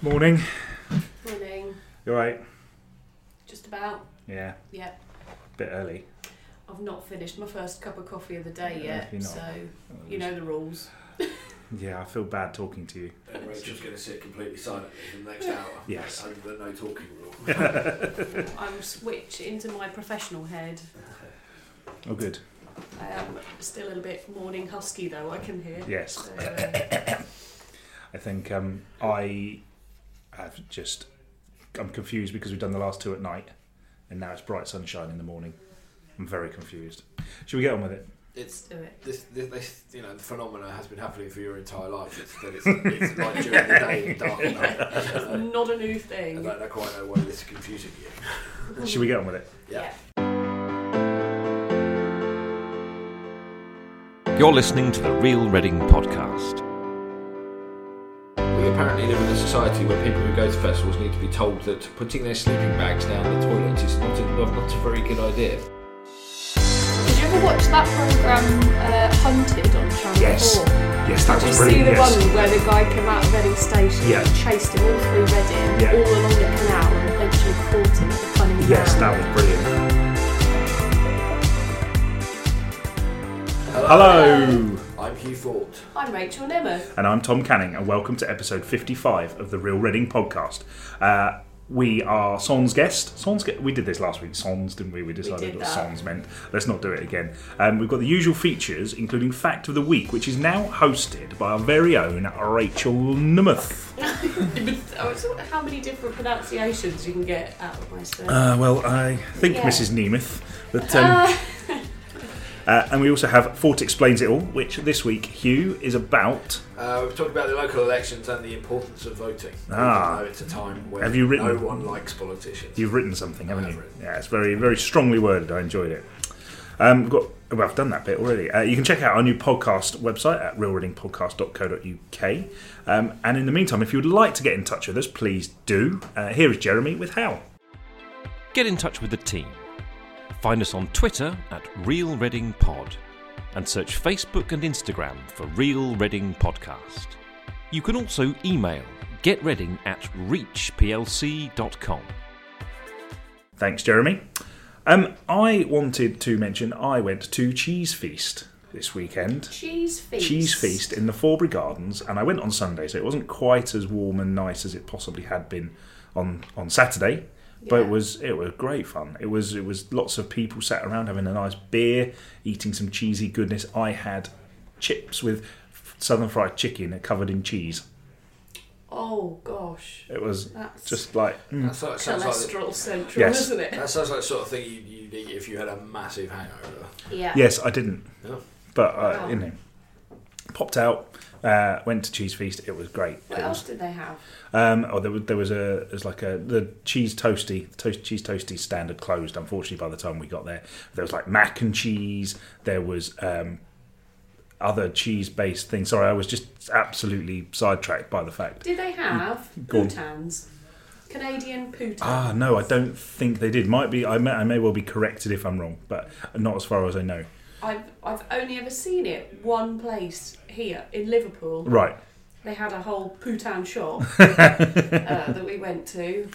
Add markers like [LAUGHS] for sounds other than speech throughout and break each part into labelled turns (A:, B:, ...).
A: Morning.
B: Morning.
A: You alright?
B: Just about.
A: Yeah,
B: Yeah.
A: bit early.
B: I've not finished my first cup of coffee of the day
A: Yeah,
B: yet,
A: you're not.
B: so you know the rules.
A: Yeah, I feel bad talking
C: [LAUGHS]
A: to you.
D: And Rachel's going to sit completely silently for the next hour.
A: Yes.
D: Under the no talking rule.
A: [LAUGHS]
B: I'm switched into my professional head.
A: Oh, good.
B: I am still a little bit morning husky though. I can hear.
A: Yes,
B: So, uh,
A: I think um, I have just. I'm confused because we've done the last two at night and now it's bright sunshine in the morning. I'm very confused. Should we get on with it?
D: It's
B: do it.
D: this, this, this, you know, the phenomena has been happening for your entire life. It's
A: [LAUGHS]
D: that it's, it's light during the day and dark at night. Uh,
B: Not a new
D: I
B: thing.
D: don't know quite know why this is confusing you.
A: Should we get on with it?
D: Yeah.
E: You're listening to the Real Reading Podcast.
D: We apparently live in a society where people who go to festivals need to be told that putting their sleeping bags down the toilet is not a, not a very good idea.
C: Did you ever watch that program uh, Hunted on Channel
A: Yes.
C: 4?
A: Yes, that
C: Did you
A: was
C: see
A: brilliant.
C: the
A: Yes.
C: one where the guy came out of Reading Station
A: Yeah.
C: and chased him all through Reading,
A: Yeah.
C: all along the canal, and eventually caught him for punning
A: Yes,
C: down?
A: that was brilliant. Hello!
D: I'm Hugh Fort.
B: I'm Rachel Nemeth.
A: and I'm Tom Canning, and welcome to episode 55 of the Real Reading podcast. Uh, we are Son's guest. Son's guest. We did this last week. Son's, didn't we? We decided
B: did
A: what
B: that.
A: Son's meant. Let's not do it again. Um, we've got the usual features, including Fact of the Week, which is now hosted by our very own Rachel
B: [LAUGHS]
A: Nemeth.
B: I was wondering oh, how many different pronunciations you can get out of myself.
A: Uh, well, I think
B: Yeah.
A: Mrs. Nemeth, but. Um,
B: [LAUGHS]
A: Uh, and we also have Fort Explains It All, which this week, Hugh, is about.
D: Uh, we've talked about the local elections and the importance of voting.
A: Ah.
D: Even though it's a time where
A: Have you written-
D: no one likes politicians.
A: You've written something, haven't
D: I
A: you?
D: have written.
A: Yeah, it's very, very strongly worded. I enjoyed it. Um, we've got, well, I've done that bit already. Uh, you can check out our new podcast website at realreadingpodcast.co.uk. Um, and in the meantime, if you would like to get in touch with us, please do. Uh, here is Jeremy with Hal.
E: Get in touch with the team. Find us on Twitter at Real Reading Pod and search Facebook and Instagram for Real Reading Podcast. You can also email getreading at reachplc.com.
A: Thanks, Jeremy. Um, I wanted to mention I went to Cheese Feast this weekend.
B: Cheese feast.
A: cheese feast in the Forbury Gardens, and I went on Sunday, so it wasn't quite as warm and nice as it possibly had been on on Saturday. But it
B: Yeah.
A: was it was great fun. It was it was lots of people sat around having a nice beer, eating some cheesy goodness. I had chips with f- southern fried chicken covered in cheese.
B: Oh gosh.
A: It was
B: That's-
A: just like mm,
D: That sort of sounds like the-
B: Cholesterol central,
A: Yes.
B: isn't it?
D: That sounds like the sort of thing you'd, you'd eat if you had a massive hangover.
B: Yeah.
A: yes, I didn't.
D: Yeah.
A: But uh,
B: Wow.
A: you know, popped out, uh, went to cheese feast. It was great.
B: What
A: it was
B: else did they have?
A: Um, oh, there was there was a there's like a the cheese toasty toast cheese toasty stand had closed unfortunately by the time we got there. There was like mac and cheese. There was um, other cheese based things. Sorry, I was just absolutely sidetracked by the fact.
B: Did they have
A: Mm, Go on.
B: poutans? Canadian poutans.
A: Ah, no, I don't think they did. Might be I may I may well be corrected if I'm wrong, but not as far as I know.
B: I've I've only ever seen it one place here in Liverpool.
A: Right.
B: They had a whole poutan
A: [LAUGHS]
B: shop uh, that we went to,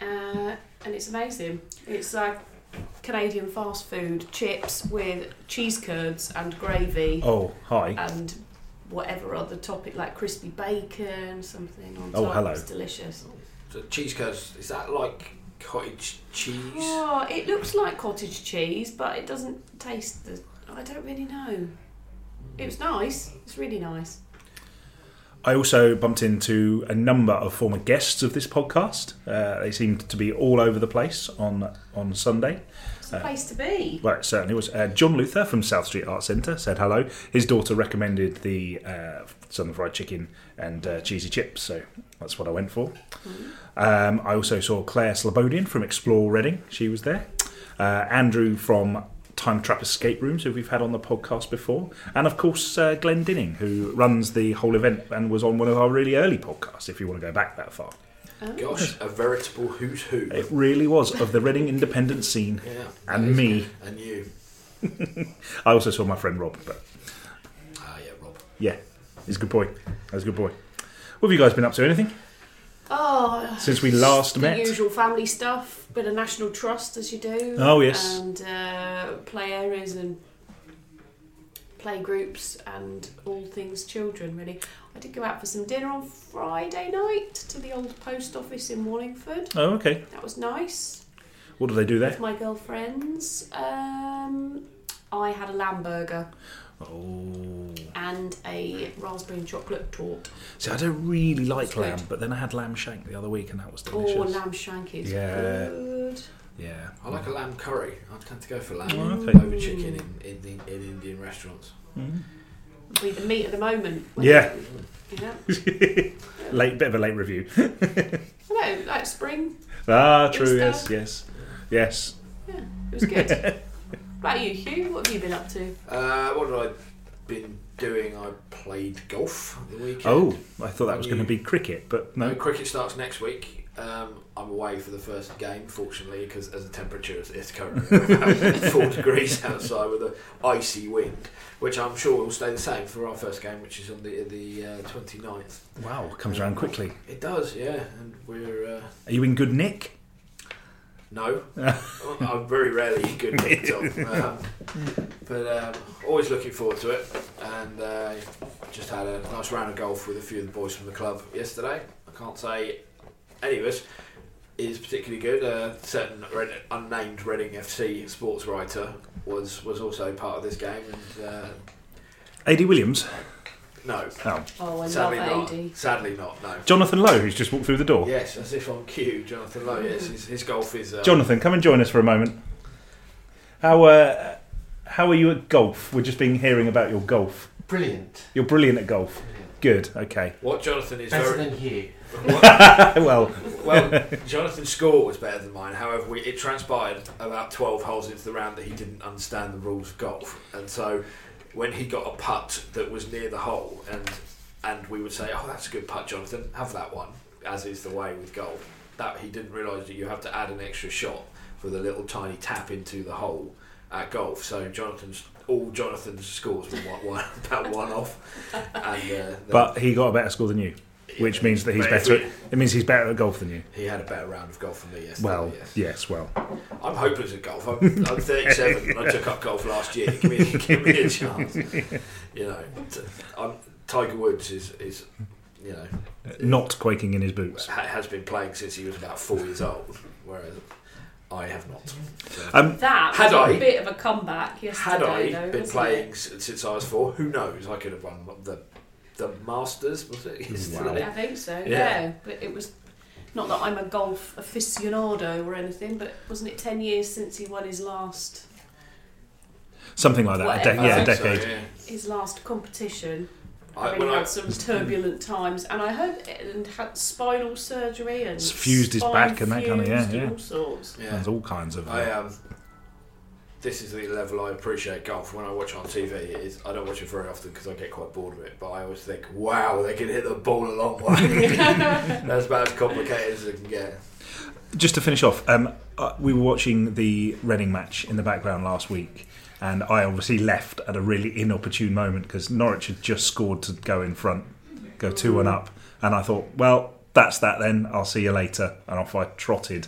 B: uh, and it's amazing. It's like Canadian fast food chips with cheese curds and gravy
A: Oh, hi.
B: and whatever other topic like crispy bacon something on
A: Oh,
B: top.
A: hello.
B: It's delicious.
D: So cheese curds, is that like cottage cheese?
B: Oh, it looks like cottage cheese, but it doesn't taste the. I don't really know. It was nice. It's really nice.
A: I also bumped into a number of former guests of this podcast. Uh, they seemed to be all over the place on on Sunday.
B: It's a
A: Uh,
B: place to be.
A: Well, it certainly was. Uh, John Luther from South Street Art Centre said hello. His daughter recommended the uh, Southern Fried Chicken and uh, Cheesy Chips, so that's what I went for. Um, I also saw Claire Slobodian from Explore Reading. She was there. Uh, Andrew from Time Trap Escape Rooms, who we've had on the podcast before. And of course, uh, Glenn Dinning, who runs the whole event and was on one of our really early podcasts, if you want to go back that far.
D: Gosh, a veritable who's who.
A: It really was of the Reading independent scene
D: Yeah.
A: and me.
D: And you.
A: I also saw my friend Rob, but
D: Ah, yeah, Rob.
A: Yeah, he's a good boy. That's a good boy. What have you guys been up to? Anything?
B: Oh,
A: Since we last
B: the
A: met.
B: usual family stuff, bit of national trust as you do.
A: Oh, yes.
B: and uh, play areas and play groups and all things children. Really, I did go out for some dinner on Friday night to the old post office in Wallingford.
A: Oh, okay.
B: That was nice
A: What do they do there?
B: with my girlfriends. Um, I had a lamb burger
A: Oh.
B: and a raspberry and chocolate tort.
A: See, I don't really like
B: good.
A: lamb, but then I had lamb shank the other week and that was delicious.
B: Oh, lamb shank is
A: Yeah.
B: good.
A: Yeah.
D: I like a lamb curry. I tend to go for lamb
A: Oh, okay.
D: over chicken in, in, the, in Indian restaurants.
A: Mm-hmm.
B: We the meat at the moment.
A: Yeah.
B: Yeah.
A: [LAUGHS] Late, bit of a late review.
B: I know, like spring.
A: Ah, true.
B: Good
A: Yes,
B: stuff.
A: yes, yes.
B: Yeah, it
A: [LAUGHS]
B: was good. what about you, Hugh? What have you been up to?
D: Uh, what have I been doing? I played golf the weekend.
A: Oh, I thought that was going to be cricket, but
D: No,
A: no.
D: cricket starts next week. Um, I'm away for the first game, fortunately, because as the temperature is it's currently [LAUGHS] around four degrees outside with an icy wind, which I'm sure will stay the same for our first game, which is on the the uh, 29th.
A: Wow, comes around quickly.
D: It does, yeah, and we're. Uh,
A: Are you in good nick?
D: No, [LAUGHS] I'm very rarely in good nick Tom. Um, but um, always looking forward to it. And uh, just had a nice round of golf with a few of the boys from the club yesterday. I can't say any of us is particularly good. A certain Red, unnamed Reading FC sports writer was was also part of this game. And uh,
A: AD Williams.
D: no,
A: Oh,
B: Oh, I
D: sadly
B: love
D: not.
B: AD.
D: Sadly not. No.
A: Jonathan Lowe, who's just walked through the door.
D: Yes, as if on cue, Jonathan Lowe. Yes, his, his golf is. Uh,
A: Jonathan, come and join us for a moment. How uh, how are you at golf? We're just been hearing about your golf.
F: Brilliant.
A: You're brilliant at golf. Good. Okay. [LAUGHS]
D: What Jonathan is
F: Better
D: very.
F: than you.
D: what-
A: well, [LAUGHS]
D: Well, Jonathan's score was better than mine. However, we, it transpired about 12 holes into the round that he didn't understand the rules of golf. And so when he got a putt that was near the hole, and and we would say, Oh, that's a good putt, Jonathan, have that one, as is the way with golf. That he didn't realise that you have to add an extra shot for the little tiny tap into the hole at golf. So Jonathan's all Jonathan's scores were one, one, [LAUGHS] about one off. And, uh,
A: but he got a better score than you, which means that he's
D: But if
A: better.
D: we-
A: At, it means he's better at golf than you.
D: he had a better round of golf than me yesterday.
A: Well,
D: yes.
A: yes. Well,
D: I'm hopeless at golf. I'm, I'm 37 and I took up golf last year. Give me, [LAUGHS] give me a chance. You know, t- I'm, Tiger Woods is, is, you know,
A: not quaking in his boots.
D: ha- has been playing since he was about four years old, whereas I have not.
B: That
D: Had
B: was
D: I-
B: a bit of a comeback yesterday,
D: Had I
B: though,
D: been
B: wasn't
D: playing
B: it?
D: s since I was four, who knows? I could have won the the Masters. Was it? yesterday?
B: I think so, yeah.
D: Yeah.
B: But it was not that I'm a golf aficionado or anything, but wasn't it 10 years since he won his last
A: Something like that. A de-
B: Whatever.
A: yeah,
D: I
A: a
D: think so,
A: decade.
D: yeah.
B: his last competition?
D: I,
B: having
D: when I,
B: had some turbulent times, and I heard and had spinal surgery and
A: It's fused his
B: spine
A: back and that kinda- yeah,
B: fused and
A: yeah.
B: all sorts.
D: yeah.
A: There's all kinds of.
D: I um, this is the level I appreciate golf. When I watch on TV, it is, I don't watch it very often because I get quite bored of it. But I always think, wow, they can hit the ball a long way. That's about as complicated as it can get.
A: just to finish off, um, uh, we were watching the Reading match in the background last week, and I obviously left at a really inopportune moment because Norwich had just scored to go in front, go 2 1 up, and I thought, well, that's that then, I'll see you later. And off I trotted,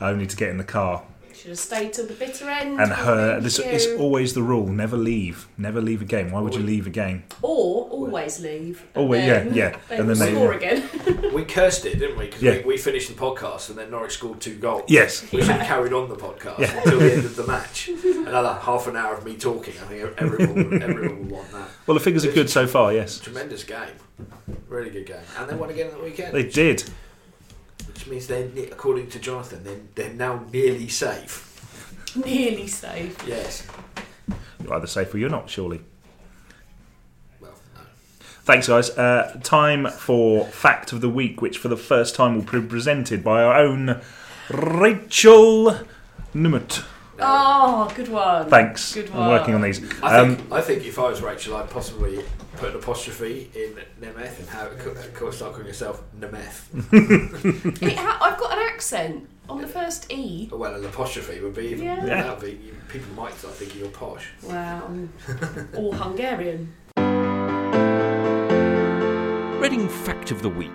A: only to get in the car.
B: Should have stayed till the bitter end.
A: And her,
B: Thank
A: this,
B: you.
A: it's always the rule never leave, never leave a game. Why would you leave a game?
B: or always leave. and
A: Always-
B: then
A: yeah, yeah,
B: They
A: and
B: will
A: then they-
B: score again. [LAUGHS]
D: We cursed it, didn't we? Because
A: Yeah.
D: we, we finished the podcast and then Norwich scored two goals.
A: Yes.
D: We should have carried on the podcast until the end of the match. Another half an hour of me talking. I think everyone, would- everyone will want that.
A: Well, the figures are good so far, yes.
D: Tremendous game. Really good game. And they won again at the weekend.
A: They did.
D: Which means they're, ne- according to Jonathan, they're, they're now nearly safe.
B: Nearly safe.
D: Yes.
A: You're either safe or you're not, surely.
D: Well, no.
A: Thanks, guys. Uh, time for fact of the week, which for the first time will be presented by our own Rachel Numut.
B: Oh, good one.
A: Thanks.
B: Good
A: I'm working on
B: work.
A: these.
D: I
A: Um,
D: think, I think if I was Rachel, I'd possibly put an apostrophe in Nemeth and have of course start calling yourself Nemeth.
B: It ha- I've got an accent on the first E.
D: well, an apostrophe would be even
B: Yeah.
D: that would be people might start thinking you're posh.
A: [LAUGHS]
B: Wow. I'm all Hungarian.
E: Reading Fact of the Week.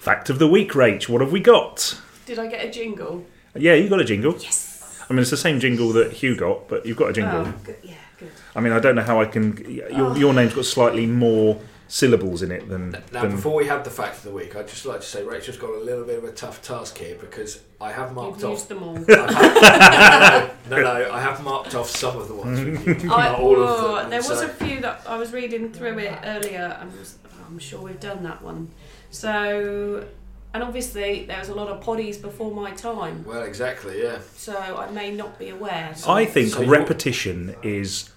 A: Fact of the week, Rach. What have we got?
B: Did I get a jingle?
A: Yeah, you got a jingle.
B: Yes.
A: I mean, it's the same jingle that Hugh got, but you've got a jingle.
B: Oh, good. Yeah, good.
A: I mean, I don't know how I can. Your, your name's got slightly more syllables in it than.
D: Now,
A: than
D: before we have the fact of the week, I'd just like to say Rachel's got a little bit of a tough task here because I have marked
B: You've
D: off.
B: [LAUGHS] used them
A: [LAUGHS]
B: all.
D: I have- no, no, I have marked off some of the ones
B: [LAUGHS]
D: with you,
B: I,
D: not all of
B: oh,
D: them. and
B: there was
D: so-
B: a few that I was reading through it earlier. and was, I'm sure we've done that one. So, and obviously there was a lot of poddies before my time,
D: well, exactly, yeah.
B: so I may not be aware.
A: I think
D: So you-
A: repetition is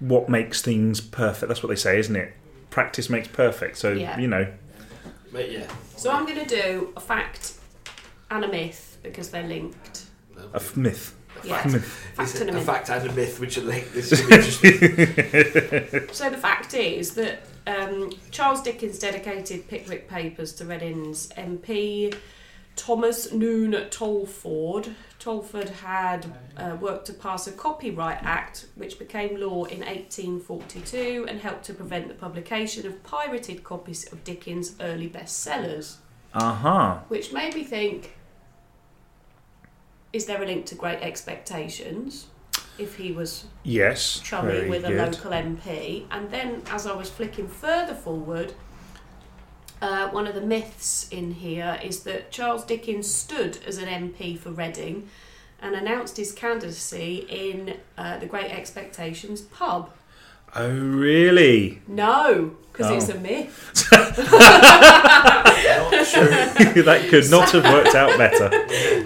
A: what makes things perfect. That's what they say, isn't it? Practice makes perfect. So
B: Yeah.
A: you know,
D: But yeah.
B: So I'm going to do a fact and a myth because they're linked.
A: a f- myth.
B: Yeah,
D: Is
B: fact
D: it
B: and a
D: a
B: myth.
D: fact and a myth which are linked. This is interesting.
B: So the fact is that um, Charles Dickens dedicated Pickwick Papers to Reading's MP Thomas Noon Tolford. Tolford had uh, worked to pass a copyright act, which became law in 1842 and helped to prevent the publication of pirated copies of Dickens' early bestsellers.
A: Aha.
B: Which made me think: Is there a link to Great Expectations? If he was
A: Yes.
B: chummy
A: very
B: with a
A: good.
B: local MP. And then, as I was flicking further forward, uh, one of the myths in here is that Charles Dickens stood as an MP for Reading and announced his candidacy in uh, the Great Expectations pub.
A: Oh really? [LAUGHS]
B: No, because it's
A: Oh.
B: a myth. [LAUGHS]
D: Not true.
A: that could not have worked out better.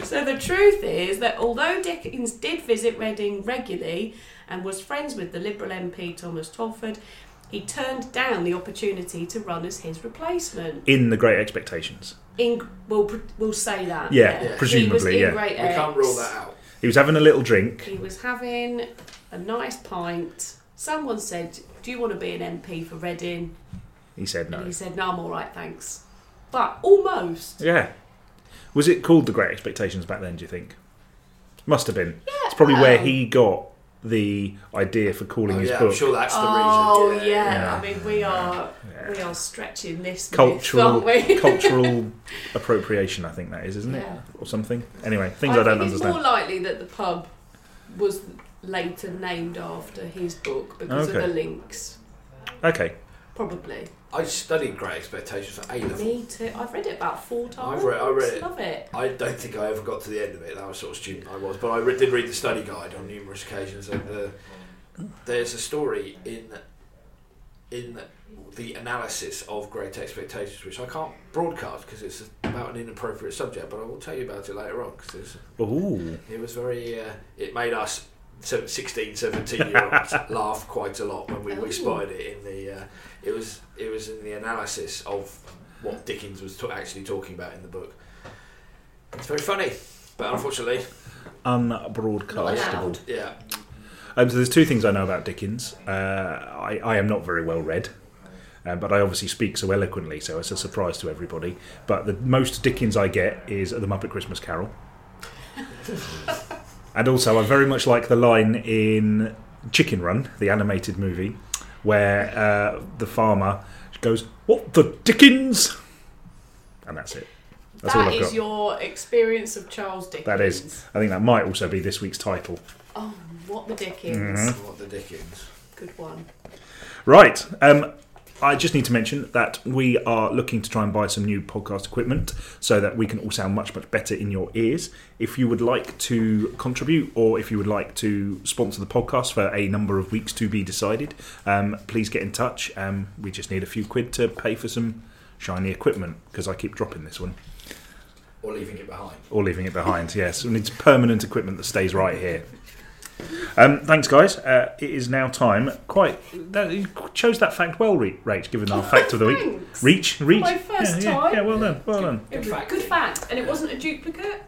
B: So the truth is that although Dickens did visit Reading regularly and was friends with the Liberal MP Thomas Tolford, he turned down the opportunity to run as his replacement.
A: In the Great Expectations,
B: in we'll, pr- we'll say that.
A: Yeah,
B: He was
A: presumably,
B: in
A: yeah.
B: Great
D: We can't
B: Ex.
D: rule that out.
A: he was having a little drink.
B: He was having a nice pint. Someone said, "Do you want to be an MP for Reading?"
A: He said
B: And
A: no.
B: he said, "No, I'm all right, thanks." But almost.
A: Yeah. Was it called the Great Expectations back then? Do you think? Must have been.
B: Yeah,
A: It's probably where
B: well.
A: he got the idea for calling
D: Oh,
A: his
D: yeah,
A: book
D: I'm sure [LAUGHS] that's the
B: Oh
D: reason.
B: yeah.
A: Yeah.
B: I mean, we are
A: Yeah.
B: we are stretching this
A: cultural
B: myth, aren't we?
A: cultural appropriation. I think that is, isn't
B: Yeah.
A: it, or something? Anyway, things I,
B: think
A: don't
B: it's
A: understand.
B: more likely that the pub was later named after his book because
A: Okay.
B: of the links,
A: Okay,
B: probably.
D: I studied Great Expectations for A level.
B: Me too. I've read it about four times.
D: I've read- I read it.
B: Love it.
D: I don't think I ever got to the end of it. That was sort of student I was, but I re- did read the study guide on numerous occasions. And the, there's a story in in the analysis of Great Expectations, which I can't broadcast because it's about an inappropriate subject. But I will tell you about it later on because
A: ooh,
D: it was very. Uh, it made us se- 16, 17 year
A: [LAUGHS]
D: olds laugh quite a lot when we,
B: Oh.
D: we spied it in the. Uh, it was it was in the analysis of what Dickens was t- actually talking about in the book. It's very funny, but unfortunately,
B: Not
A: unbroadcastable.
B: allowed.
D: yeah,
A: Um, so there's two things I know about Dickens. Uh, I, I am not very well read, uh, but I obviously speak so eloquently, so it's a surprise to everybody. But the most Dickens I get is The Muppet Christmas
B: [LAUGHS]
A: Carol. and also, I very much like the line in Chicken Run, the animated movie, where uh, the farmer goes, "What the Dickens?" and that's it. That's all
B: That
A: I've
B: is
A: got.
B: your experience of Charles Dickens.
A: that is. I think that might also be this week's title.
B: Oh, what the Dickens.
A: Mm-hmm.
D: what the Dickens.
B: Good one.
A: Right. Um, I just need to mention that we are looking to try and buy some new podcast equipment so that we can all sound much, much better in your ears. If you would like to contribute or if you would like to sponsor the podcast for a number of weeks to be decided, um, please get in touch. Um, we just need a few quid to pay for some shiny equipment because I keep dropping this one
D: Or leaving it behind.
A: or leaving it behind. Yes, we need permanent equipment that stays right here. Um, thanks, guys. Uh, it is now time. Quite that, you chose that fact well, Re- Rach. Given our fact of the week,
B: Thanks.
A: reach, reach.
B: my first
A: yeah, yeah,
B: time.
A: Yeah, well done, well done.
B: It was
D: fact.
B: Good fact. And it wasn't a duplicate?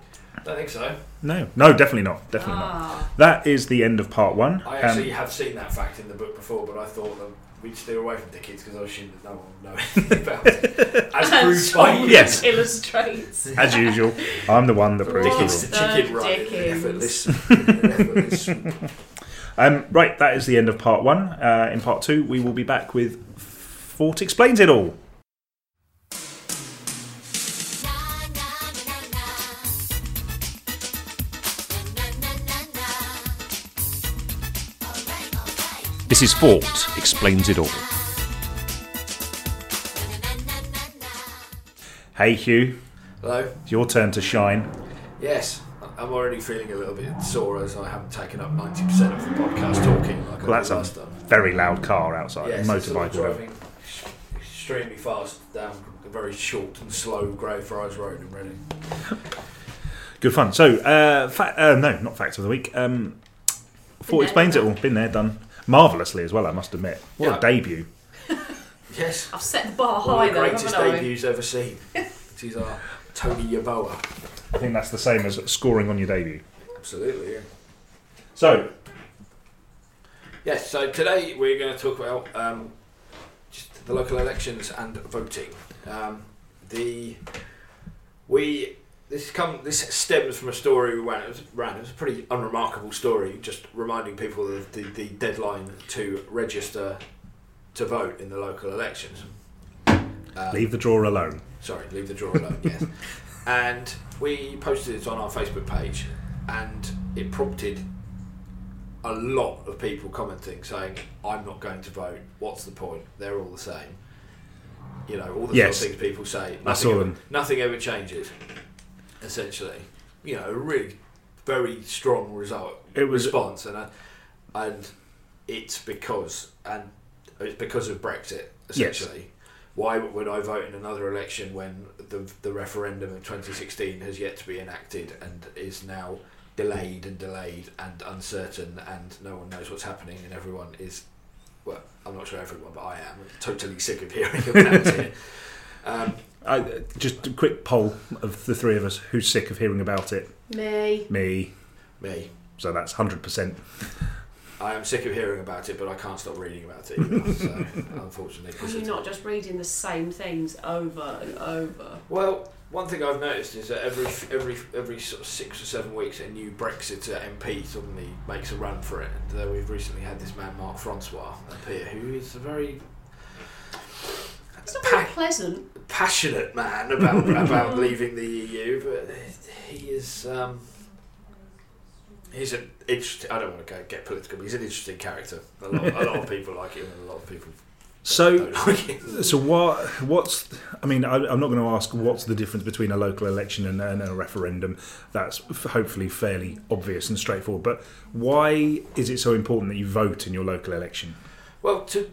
D: Don't think so.
A: No, no, definitely not. Definitely
B: Ah.
A: not. That is the end of part one.
D: I
A: Um,
D: actually have seen that fact in the book before, but I thought that we'd steer away from Dickens because I assumed that no one would know
A: [LAUGHS]
D: anything about it. As proved by you.
A: Oh, Yes.
B: illustrates.
A: Um, as usual, I'm the one that proves the
D: Dickens
A: rule.
D: to
B: Oh,
D: chicken run in an
B: Dickens.
D: effortless, in an effortless
A: Um, right, that is the end of part one. Uh, in part two, we will be back with Fort explains it all.
E: Mrs. Fort explains it all.
A: Hey, Hugh,
D: Hello?
A: it's your turn to shine.
D: Yes, I'm already feeling a little bit sore as I haven't taken up 90% of the podcast talking like
A: Well,
D: I
A: that's
D: did
A: a
D: last time.
A: very loud car outside,
D: Yes,
A: a
D: it's all
A: motorbike road.
D: driving extremely fast down a very short and slow Greyfriars Road in Reading.
A: Good fun. So, uh, fa- uh, no, not fact of the week. Um, Fort
B: there,
A: explains it
B: done
A: all. Been there, done marvelously as well. I must admit. What
D: Yeah.
A: a debut!
D: Yes,
B: I've set the bar
D: one
B: high
D: of the
B: though,
D: greatest
B: haven't I?
D: debuts ever seen. She's our Tony Yaboa.
A: I think that's the same as scoring on your debut.
D: Absolutely, yeah.
A: So,
D: Yes, so today we're going to talk about um, just the local elections and voting. Um, the we this come this stems from a story we ran. It was, ran. It was a pretty unremarkable story, just reminding people of the, the deadline to register to vote in the local elections. Um,
A: leave the drawer alone.
D: Sorry, leave the drawer alone,
A: [LAUGHS]
D: yes. And we posted it on our Facebook page, and it prompted a lot of people commenting saying, I'm not going to vote, what's the point? They're all the same. You know, all the
A: Yes.
D: sort of things people say.
A: I saw
D: Nothing ever,
A: them.
D: nothing ever changes, essentially. You know, a really very strong result
A: It was-
D: response, and I, and it's because and it's because of Brexit essentially. Why would I vote in another election when the the referendum of 2016 has yet to be enacted and is now delayed and delayed and uncertain and no one knows what's happening and everyone is well I'm not sure everyone but I am totally sick of hearing about it. Um,
A: I, uh, just a quick poll of the three of us: who's sick of hearing about it?
B: Me.
A: Me.
D: me,
A: So that's hundred percent.
D: I am sick of hearing about it, but I can't stop reading about it. either, so, unfortunately, 'cause
B: Because you're
D: it's-
B: not just reading the same things over and over.
D: Well, one thing I've noticed is that every every every sort of six or seven weeks, a new Brexiter MP suddenly makes a run for it. And uh, we've recently had this man, Marc Francois, up here, who is a very
B: It's not very
D: Pa-
B: pleasant.
D: passionate man about about leaving the EU, but he is. Um, He's an interesting. I don't want to go get political, but he's an interesting character. A lot, a lot of people like him, and a lot of people
A: So,
D: don't like him.
A: so what? What's? I mean, I, I'm not going to ask what's the difference between a local election and, and a referendum. That's f- hopefully fairly obvious and straightforward. But why is it so important that you vote in your local election?
D: Well, to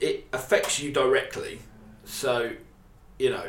D: it affects you directly, so you know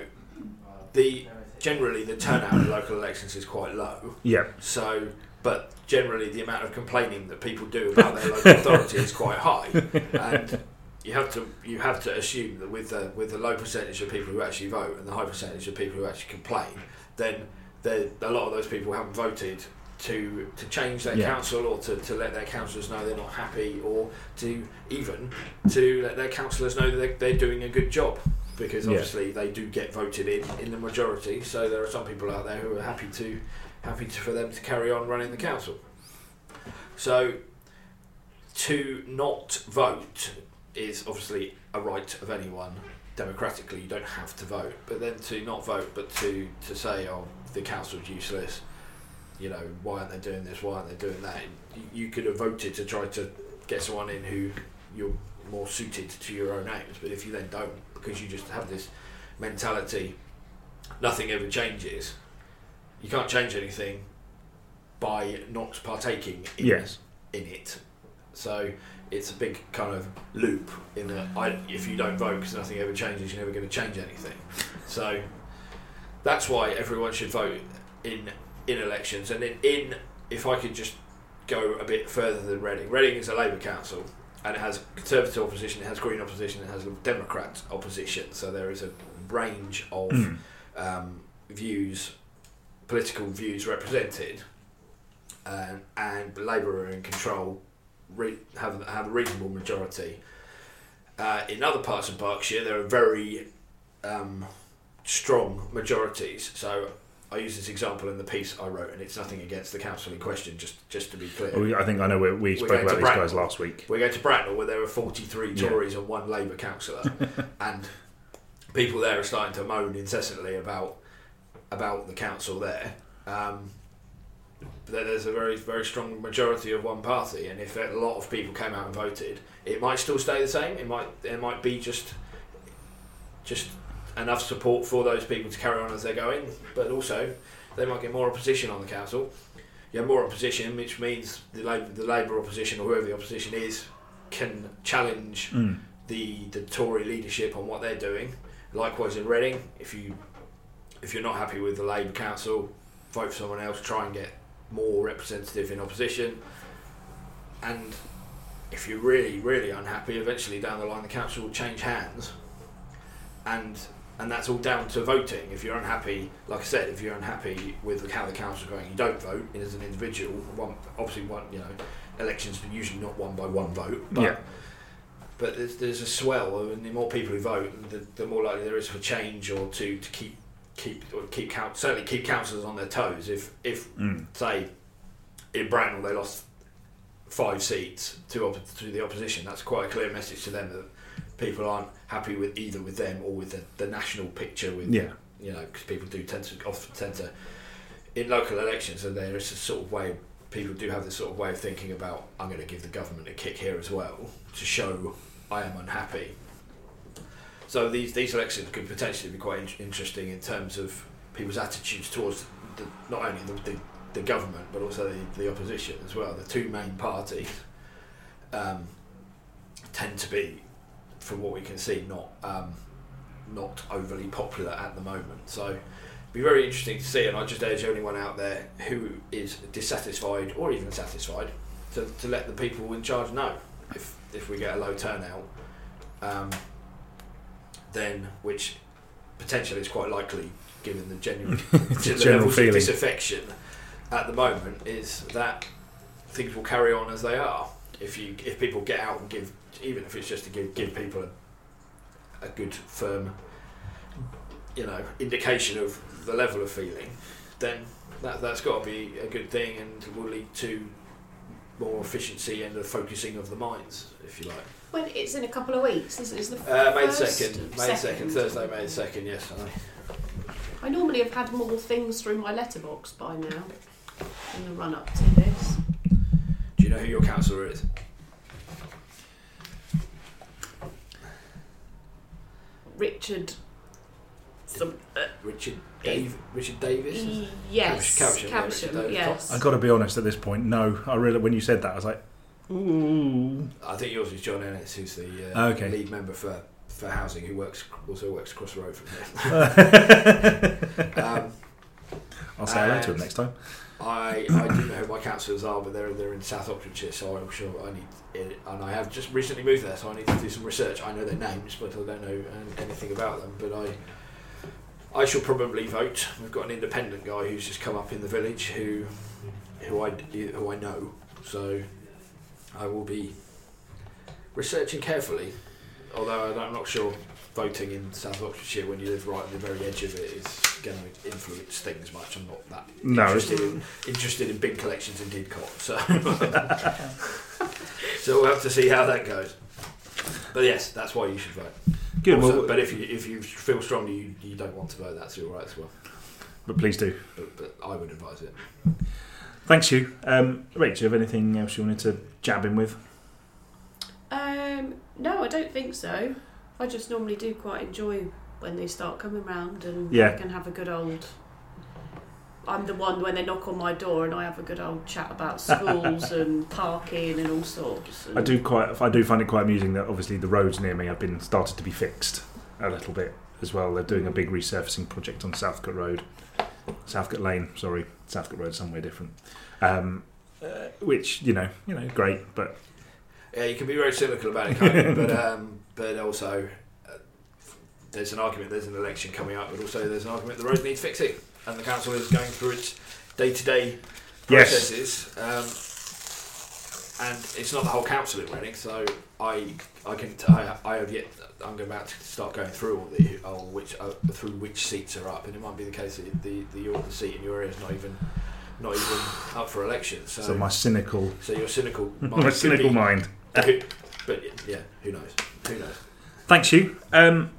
D: the generally the turnout in local elections is quite low.
A: Yeah,
D: So, but generally the amount of complaining that people do about their local authority is quite high, and you have to you have to assume that with the with the low percentage of people who actually vote and the high percentage of people who actually complain, then there a lot of those people haven't voted. To, to change their
A: Yeah.
D: council or to, to let their councillors know they're not happy or to even to let their councillors know that they're, they're doing a good job because
A: Yeah.
D: obviously they do get voted in in the majority so there are some people out there who are happy to happy to, for them to carry on running the council so to not vote is obviously a right of anyone democratically you don't have to vote but then to not vote but to to say oh the council's useless you know why aren't they doing this why aren't they doing that you, you could have voted to try to get someone in who you're more suited to your own aims but if you then don't because you just have this mentality nothing ever changes you can't change anything by not partaking in
A: Yes.
D: in it. So it's a big kind of loop in that I, if you don't vote because nothing ever changes, you're never going to change anything. So that's why everyone should vote in in elections. And in, in if I could just go a bit further than Reading, Reading is a Labour council and it has Conservative opposition, it has Green opposition, it has Democrat opposition. So there is a range of um, views, political views represented, um, and Labour are in control, re- have have a reasonable majority. Uh, in other parts of Berkshire, there are very um, strong majorities. So I use this example in the piece I wrote, and it's nothing against the council in question. Just just to be clear,
A: Well, we- I think I know. We, we spoke
D: going
A: about
D: to
A: these
D: Brack-
A: guys last week.
D: we go to Bracknell where there are 43
A: Yeah.
D: Tories and one
A: [LAUGHS]
D: Labour councillor, and people there are starting to moan incessantly about about the council there. Um, that there's a very very strong majority of one party, and if a lot of people came out and voted, it might still stay the same. It might there might be just just enough support for those people to carry on as they're going, but also they might get more opposition on the council. You have more opposition, which means the Labour, the Labour opposition or whoever the opposition is can challenge
A: Mm.
D: the the Tory leadership on what they're doing. Likewise in Reading, if you if you're not happy with the Labour Council, vote for someone else. Try and get more representative in opposition. And if you're really really unhappy, eventually down the line the council will change hands. And and that's all down to voting. If you're unhappy, like I said, if you're unhappy with how the council's going, you don't vote as an individual. One, obviously, one you know, elections are usually not one by one vote. But
A: Yeah.
D: but there's, there's a swell, and the more people who vote, the, the more likely there is for change or to, to keep keep or keep coun certainly keep councillors on their toes. If if
A: Mm.
D: say in Bracknell they lost five seats to op- to the opposition, that's quite a clear message to them that people aren't happy with either with them or with the, the national picture with
A: Yeah.
D: you know, because people do tend to often tend to in local elections, and there is a sort of way people do have this sort of way of thinking about. I'm going to give the government a kick here as well to show I am unhappy. So these these elections could potentially be quite in- interesting in terms of people's attitudes towards the, not only the, the, the government but also the, the opposition as well. The two main parties um, tend to be, from what we can see, not. Um, not overly popular at the moment. So it'd be very interesting to see, and I just urge anyone out there who is dissatisfied or even satisfied to, to let the people in charge know if, if we get a low turnout, um, then which potentially is quite likely given
A: [LAUGHS]
D: the genuine the
A: general
D: levels
A: feeling.
D: of disaffection at the moment is that things will carry on as they are. If you if people get out and give even if it's just to give give people a a good firm you know indication of the level of feeling then that, that's got to be a good thing and will lead to more efficiency and the focusing of the minds if you like
B: When it's in a couple of weeks, isn't it? It's the
D: uh, May the
B: first-
D: 2nd May the 2nd Thursday May the 2nd yes I know.
B: I normally have had more things through my letterbox by now in the run up to this.
D: do you know who your counsellor is
B: Richard, some, uh,
D: Richard Dave, Richard Davis is it?
B: yes,
D: Cavisham, yeah, Richard
B: Cavisham,
D: Davis.
A: I
B: yes.
A: got to be honest at this point. No, I really when you said that, I was like, ooh, [LAUGHS]
D: I think yours is John Ennis who's the
A: Oh,
D: uh,
A: okay.
D: lead member for for housing who works also works across the road [LAUGHS] from me um,
A: I'll say hello to him
D: And-
A: next time.
D: I, I do know who my councillors are, but they're they're in South Oxfordshire, so I'm sure I need uh, and I have just recently moved there, so I need to do some research. I know their names, but I don't know uh, anything about them. But I I shall probably vote. We've got an independent guy who's just come up in the village who who I who I know, so I will be researching carefully. Although I don't- I'm not sure voting in South Oxfordshire when you live right at the very edge of it is going to influence things much. I'm not that
A: No, it's-
D: interested in, interested in bin collections in Didcot, so [LAUGHS] so we'll have to see how that goes. But yes, that's why you should vote.
A: Good.
D: Also,
A: well,
D: but if you if you feel strongly you, you don't want to vote, that's all right as well.
A: but please do.
D: But, but I would advise it.
A: Thanks, Hugh. Um, Rach, do you have anything else you wanted to jab in with?
B: Um, no, I don't think so. I just normally do quite enjoy when they start coming round and
A: Yeah.
B: I can have a good old. I'm the one when they knock on my door and I have a good old
A: [LAUGHS]
B: chat about schools and parking and all sorts. And
A: I do quite. I do find it quite amusing that obviously the roads near me have been started to be fixed a little bit as well. They're doing a big resurfacing project on Southcote Road, Southcote Lane. Sorry, Southcote Road, somewhere different. Um, uh, which you know, you know, great, but
D: Yeah, you can be very cynical about it, can't you?
A: [LAUGHS]
D: but um, but also uh, there's an argument. There's an election coming up, but also there's an argument. The roads need fixing, and the council is going through its day-to-day
A: Yes.
D: processes. Um, and it's not the whole council in Reading, so I I can t- I, I have yet I'm about to start going through all the all which uh, through which seats are up, and it might be the case that the the, your, the seat in your area is not even not even up for election. So
A: so my cynical,
D: so
A: [LAUGHS]
D: your cynical mind
A: my
D: could
A: cynical
D: be-
A: mind.
D: but yeah, who knows? Who knows?
A: Thanks, Hugh. Um,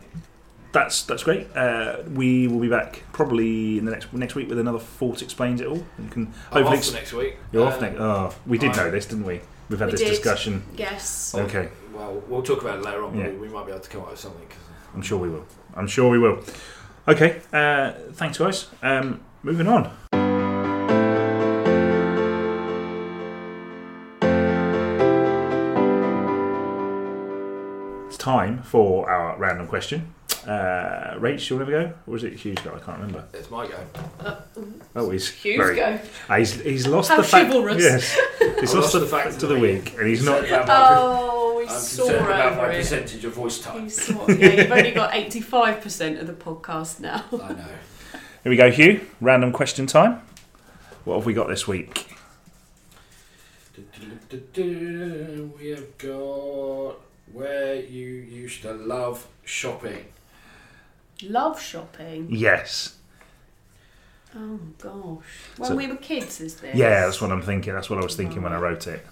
A: that's that's great. Uh, we will be back probably in the next next week with another Fort explains it all. You can
D: I'm
A: hopefully
D: off for next week.
A: you're
D: Uh,
A: off next. Oh, we did
D: I-
A: know this, didn't we? We've had
B: We
A: this
B: did.
A: discussion.
B: Yes.
A: Okay,
D: Um, Well, we'll talk about it later on.
A: Yeah.
D: But we might be able to come up with something. 'cause
A: I'm sure we will. I'm sure we will. Okay, uh, thanks guys. Um, moving on. It's time for our random question. Uh, Rach, do you want to have a go? Or was it Hugh's go? I can't remember.
D: It's my go.
B: Uh,
A: Oh, he's
B: Hughes
A: very-
B: go.
A: Ah, he's, he's lost
B: How
A: the fact. [LAUGHS]
B: chivalrous.
A: Yes, he's
D: I
A: lost, the, fact of the week, and he's [LAUGHS] not.
D: Concerned about my pre-
B: Oh, we
D: I'm
B: saw
D: concerned about
B: over
D: my
B: it.
D: percentage of voice
B: You [LAUGHS]
D: time.
B: saw, yeah, you've only got 85% of the podcast now. [LAUGHS]
D: I know.
A: Here we go, Hugh. Random question time. What have we got this week?
D: We have got where you used to love shopping.
B: Love shopping.
A: Yes.
B: Oh, gosh. When
A: So-
B: we were kids, is this?
A: Yeah, that's what I'm thinking. That's what I was thinking when I wrote it.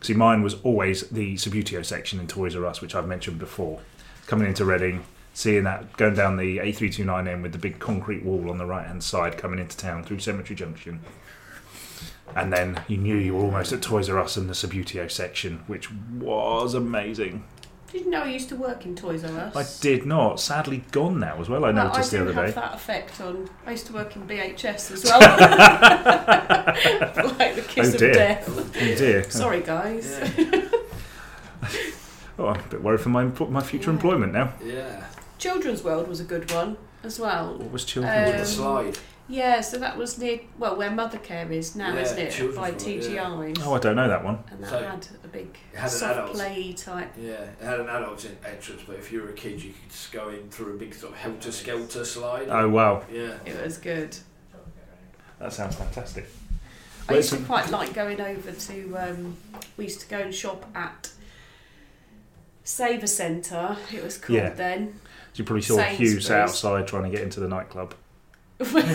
A: See, mine was always the Subutio section in Toys R Us, which I've mentioned before. Coming into Reading, seeing that, going down the A329M with the big concrete wall on the right hand side coming into town through Cemetery Junction. And then you knew you were almost at Toys R Us in the Subutio section, which was amazing.
B: Did you know I used to work in Toys R Us?
A: I did not. Sadly, gone now as well, I
B: Well,
A: noticed
B: I do
A: the
B: have
A: other day.
B: that effect on. I used to work in BHS as well. [LAUGHS] like the kiss
A: Oh,
B: of
A: dear.
B: death.
A: Oh dear.
B: Sorry, guys.
A: Oh, I'm a bit worried for my, empl- my future
B: Yeah.
A: employment now.
D: Yeah.
B: Children's World was a good one as well.
A: What was children's
B: Um,
D: the slide.
B: Yeah, so that was near, well, where Mothercare is now,
D: Yeah,
B: isn't it?
D: Children's
B: By
D: World, yeah.
B: TGI's.
A: Oh, I don't know that one.
B: And that
D: So-
B: had a big
D: It had an
B: soft
D: adult.
B: play type.
D: Yeah, it had an adult en- entrance, but if you were a kid, you could just go in through a big sort of helter skelter slide.
A: Oh, wow.
D: Yeah.
B: It was good.
A: That sounds fantastic.
B: I
A: Well,
B: used to
A: it's a-
B: quite like going over to. Um, we used to go and shop at Saver Centre. It was called
A: Yeah. [LAUGHS]
B: then. [LAUGHS]
A: You probably saw Hugh
B: Sainsbury's.
A: sat outside trying to get into the nightclub.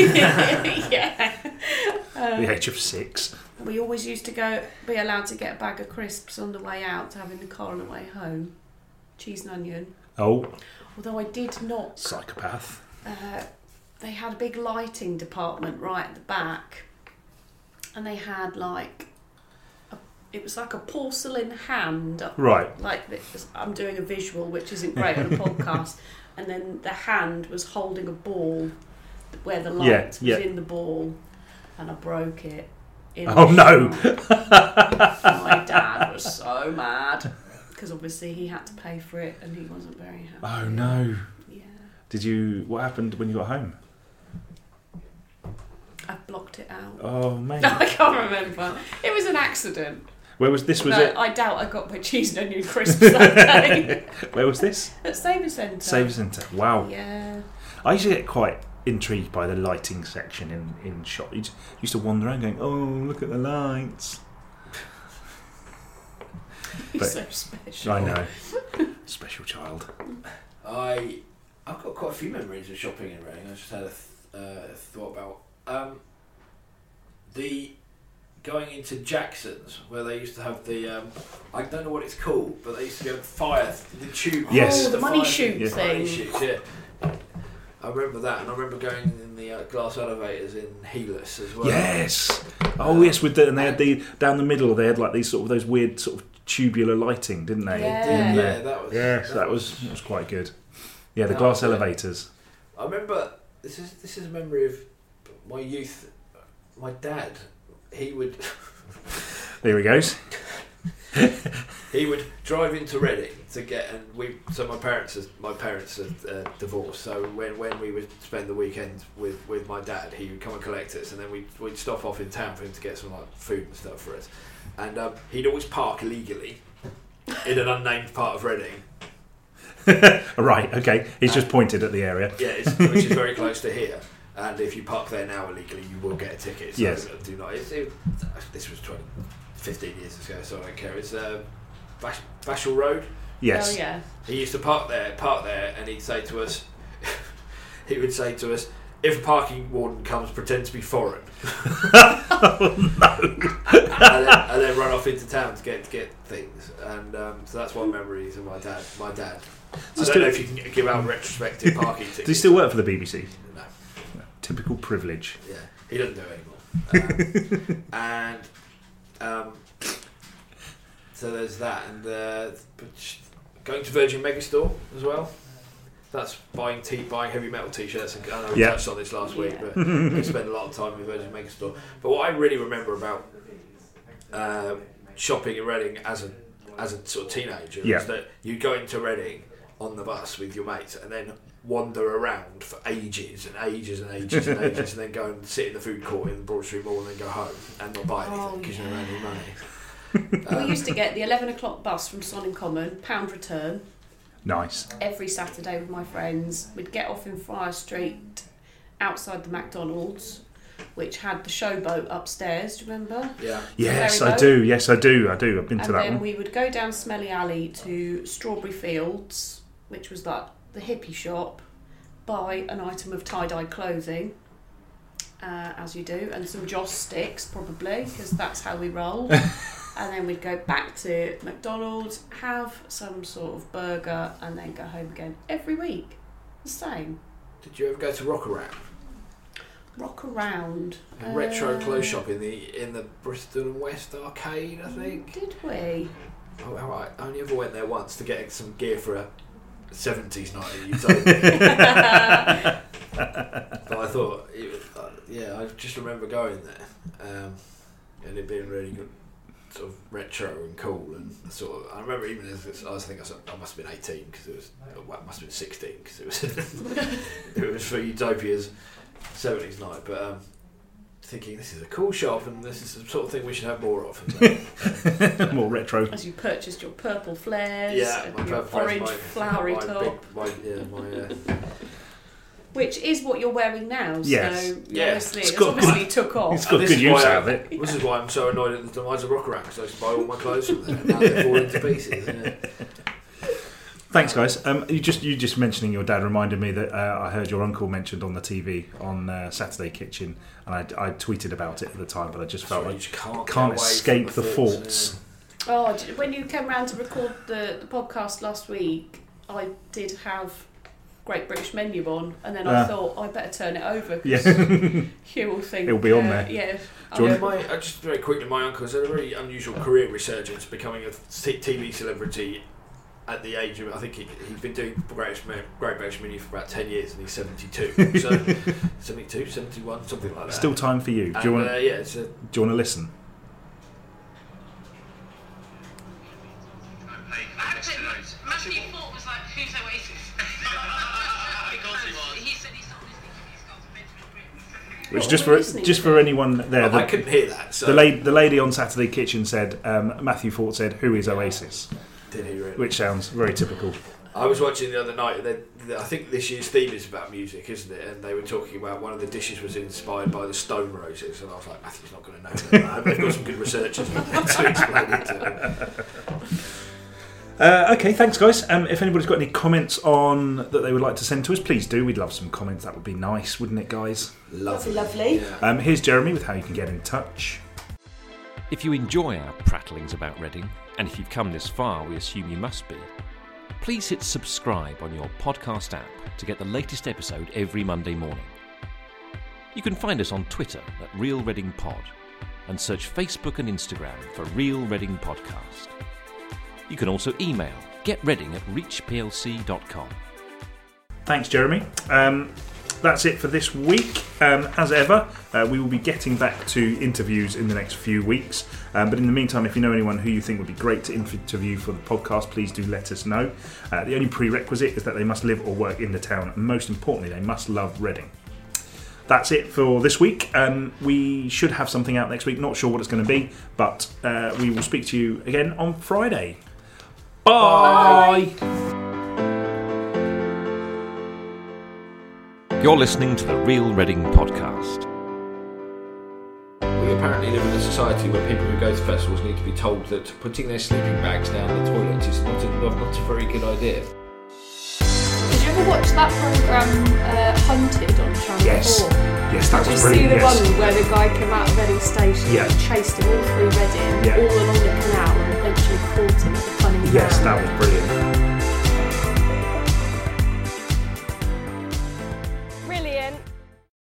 B: yeah. Um,
A: the age of six.
B: We always used to go be allowed to get a bag of crisps on the way out to have in the car on the way home. Cheese and onion.
A: Oh,
B: Although I did not
A: psychopath.
B: uh, they had a big lighting department right at the back, and they had like a, it was like a porcelain hand,
A: Right.
B: like this, I'm doing a visual which isn't
A: [LAUGHS]
B: great on a podcast, and then the hand was holding a ball where the light
A: Yeah,
B: was
A: yeah.
B: in the ball, and I broke it. in
A: Oh,
B: the
A: no.
B: shop.
A: [LAUGHS]
B: My dad was so mad because obviously he had to pay for it and he wasn't very happy.
A: Oh, no.
B: Yeah,
A: Did you. What happened when you got home?
B: I blocked it out.
A: Oh, mate.
B: [LAUGHS] No, I can't remember. It was an accident.
A: Where was this? Was
B: no,
A: it?
B: I doubt I got my cheese and onion
A: [LAUGHS]
B: crisps that day [LAUGHS]
A: Where was this?
B: at Saver Centre.
A: Save Centre. Wow.
B: Yeah.
A: I used to get quite intrigued by the lighting section in, in shop. You used to wander around going, oh, look at the lights.
B: He's
A: But-
B: so special. Oh,
A: I know.
B: [LAUGHS]
A: Special child.
D: I I've got quite a few memories of shopping in Reading. I just had a th- uh, thought about um, the going into Jackson's where they used to have the um, I don't know what it's called, but they used to go fire th- the tube.
A: Yes. Oh,
B: the money
D: fire
B: chute
D: the money
B: thing.
D: chute, yeah. I remember that, and I remember going in the uh, glass elevators in Helis as well.
A: Yes. Oh yes, with the and they had the down the middle. They had like these sort of those weird sort of tubular lighting, didn't they?
B: Yeah.
A: In
D: Yeah,
A: there.
D: that was.
A: Yes, that was that was quite good. Yeah, the
D: That
A: glass
D: was it.
A: elevators.
D: I remember this is this is a memory of my youth. My dad, he would [LAUGHS]
A: There he goes. [LAUGHS]
D: he would drive into Reading to get and we. So my parents are my parents are uh, divorced. So when when we would spend the weekend with with my dad, he would come and collect us, and then we would we'd stop off in town for him to get some like food and stuff for us. And um, he'd always park illegally in an unnamed part of Reading.
A: Right. Okay. He's just pointed at the area.
D: Yeah, it's, which is very close to here. And if you park there now illegally, you will get a ticket. So
A: Yes.
D: Do not. It's, it, this was 20, 15 years ago, so I don't care. It's uh, Bash, Bashall Road.
A: Yes.
B: Oh, yeah.
D: He used to park there, park there, and he'd say to us, [LAUGHS] he would say to us, if a parking warden comes, pretend to be foreign. [LAUGHS] and, then, and then run off into town to get to get things. And um, so that's one memories of my dad. My dad I
A: Does he
D: don't know
A: still,
D: if you can give out retrospective
A: [LAUGHS]
D: parking tickets.
A: does he still work for the BBC?
D: No.
A: Typical privilege.
D: Yeah, he doesn't do it anymore. Um, and um, so there's that, and uh, but sh- going to Virgin Megastore as well. That's buying tea, buying heavy metal T-shirts. And I know we
A: Yeah.
D: touched on this last week,
B: Yeah.
D: but we spend a lot of time in Virgin Megastore. But what I really remember about uh, shopping in Reading as a as a sort of teenager
A: Yeah.
D: is that you go into Reading on the bus with your mates and then wander around for ages and ages and ages and ages and then go and sit in the food court in the Broad Street Mall and then go home and not buy anything
B: Oh,
D: because you don't have any money.
B: we used to get the 11 o'clock bus from Swan in Common, pound return,
A: Nice.
B: every Saturday with my friends. We'd get off in Friar Street outside the McDonald's, which had the showboat upstairs, do you remember?
D: Yeah.
A: Yes,
B: Ferry
A: I
B: boat.
A: do. Yes, I do. I do. I've been to
B: and
A: that
B: then
A: one.
B: we would go down Smelly Alley to Strawberry Fields, which was like the hippie shop, buy an item of tie dye clothing, uh, as you do, and some Joss sticks probably, because that's how
A: [LAUGHS]
B: we roll. and then we'd go back to McDonald's, have some sort of burger, and then go home again every week. The same.
D: Did you ever go to Rock Around?
B: Rock around.
D: A retro
B: Uh,
D: clothes shop in the in the Bristol and West Arcade, I think.
B: Did we?
D: Oh, all right. I only ever went there once to get some gear for a seventies night in Utopia. but I thought, it was, uh, yeah, I just remember going there, um, and it being really good, sort of retro and cool, and sort of. I remember even as as- I was think I, was, I must have been eighteen because it was, well, I must have been sixteen because it was, it was [LAUGHS] for Utopia's seventies night, but. Um, Thinking this is a cool shop and this is the sort of thing we should have more of. And uh,
A: [LAUGHS]
D: then-
A: More retro.
B: As you purchased your purple flares
D: Yeah,
B: and
D: my
B: your
D: purple flares,
B: orange
D: my-
B: flowery
D: my
B: top.
D: big- my- yeah,
B: [LAUGHS]
D: my, uh,
B: Which is what you're wearing now.
A: Yes.
B: So
D: Yeah.
B: obviously,
A: It's
B: it's
A: got-
B: obviously [LAUGHS] took
A: It's
B: off.
A: got
D: this
A: good
D: is
A: use
D: why-
A: out of it.
D: This is why I'm so annoyed at the demise of Rock Around because I used to buy all my clothes from there and now they fall into pieces. Yeah.
A: Thanks, guys. Um, you just you just mentioning your dad reminded me that uh, I heard your uncle mentioned on the TV on uh, Saturday Kitchen, and I, I tweeted about it at the time, but I [LAUGHS] just felt
D: So you
A: like
D: just can't, get
A: can't
D: away from
A: escape the thoughts.
B: Oh, d- when you came round to record the, the podcast last week, I did have Great British Menu on, and then I
A: Ah.
B: thought I better turn it over
A: Yeah,
B: because [LAUGHS] Hugh will think
A: It'll be on
B: uh,
A: there.
B: Oh, Yeah.
A: Do you
D: Yeah,
B: I'll-
A: want-
D: my, uh, just very quickly, my uncle's had a very unusual career resurgence, becoming a t- TV celebrity at the age of, I think he, he's been doing Great British, Great British Menu for about 10 years and
A: [LAUGHS]
D: he's 72. So 72, 71, something like
A: [LAUGHS]
D: that.
A: still time for you. Do you
D: And,
A: want
D: uh,
A: to
D: yeah, it's a,
A: do you want to listen?
F: Actually, Matthew Fort was like, who's [LAUGHS] Oasis? because he was. He said he's not listening to these guys
A: Which
B: What
A: just
B: were we
A: for
B: listening
A: just
B: to?
A: for anyone there.
D: Oh, I
A: The,
D: couldn't hear that. So
A: the lady the lady on Saturday Kitchen said um, Matthew Fort said, "Who is Oasis?"
D: did hear it.
A: Which sounds very typical.
D: I was watching the other night. They, they- I think this year's theme is about music, isn't it? And they were talking about one of the dishes was inspired by the Stone Roses, and I was like, Matthew's not going to know that. [LAUGHS] I hope They've got some good researchers to explain it to him.
A: Uh, okay, thanks, guys. Um, if anybody's got any comments on that they would like to send to us, please do. We'd love some comments. That would be nice, wouldn't it, guys?
D: Lovely,
B: lovely.
D: Yeah.
A: Um, here's Jeremy with how you can get in touch.
E: If you enjoy our prattlings about Reading, and if you've come this far, we assume you must be, please hit subscribe on your podcast app to get the latest episode every Monday morning. You can find us on Twitter at Real Reading Pod and search Facebook and Instagram for Real Reading Podcast. You can also email getreading at reachplc.com.
A: Thanks, Jeremy. Um, that's it for this week. Um, as ever, uh, we will be getting back to interviews in the next few weeks. Um, but in the meantime, if you know anyone who you think would be great to interview for the podcast, please do let us know. Uh, the only prerequisite is that they must live or work in the town, and most importantly, they must love Reading. That's it for this week. Um, we should have something out next week. Not sure what it's going to be, but uh, we will speak to you again on Friday. Bye.
E: You're listening to the Real Reading Podcast.
D: We apparently live in a society where people who go to festivals need to be told that putting their sleeping bags down the toilet is not a, not, not a very good idea.
C: Did you ever watch that programme uh, Hunted on Channel
A: Yes.
C: 4?
A: Yes, that
C: Did you
A: was
C: see
A: brilliant.
C: the
A: yes.
C: one where the guy came out of Reading Station
A: Yeah.
C: and chased him all through Reading,
A: Yeah.
C: all along the canal, and eventually caught him at the funny man?
A: Yes, that was brilliant.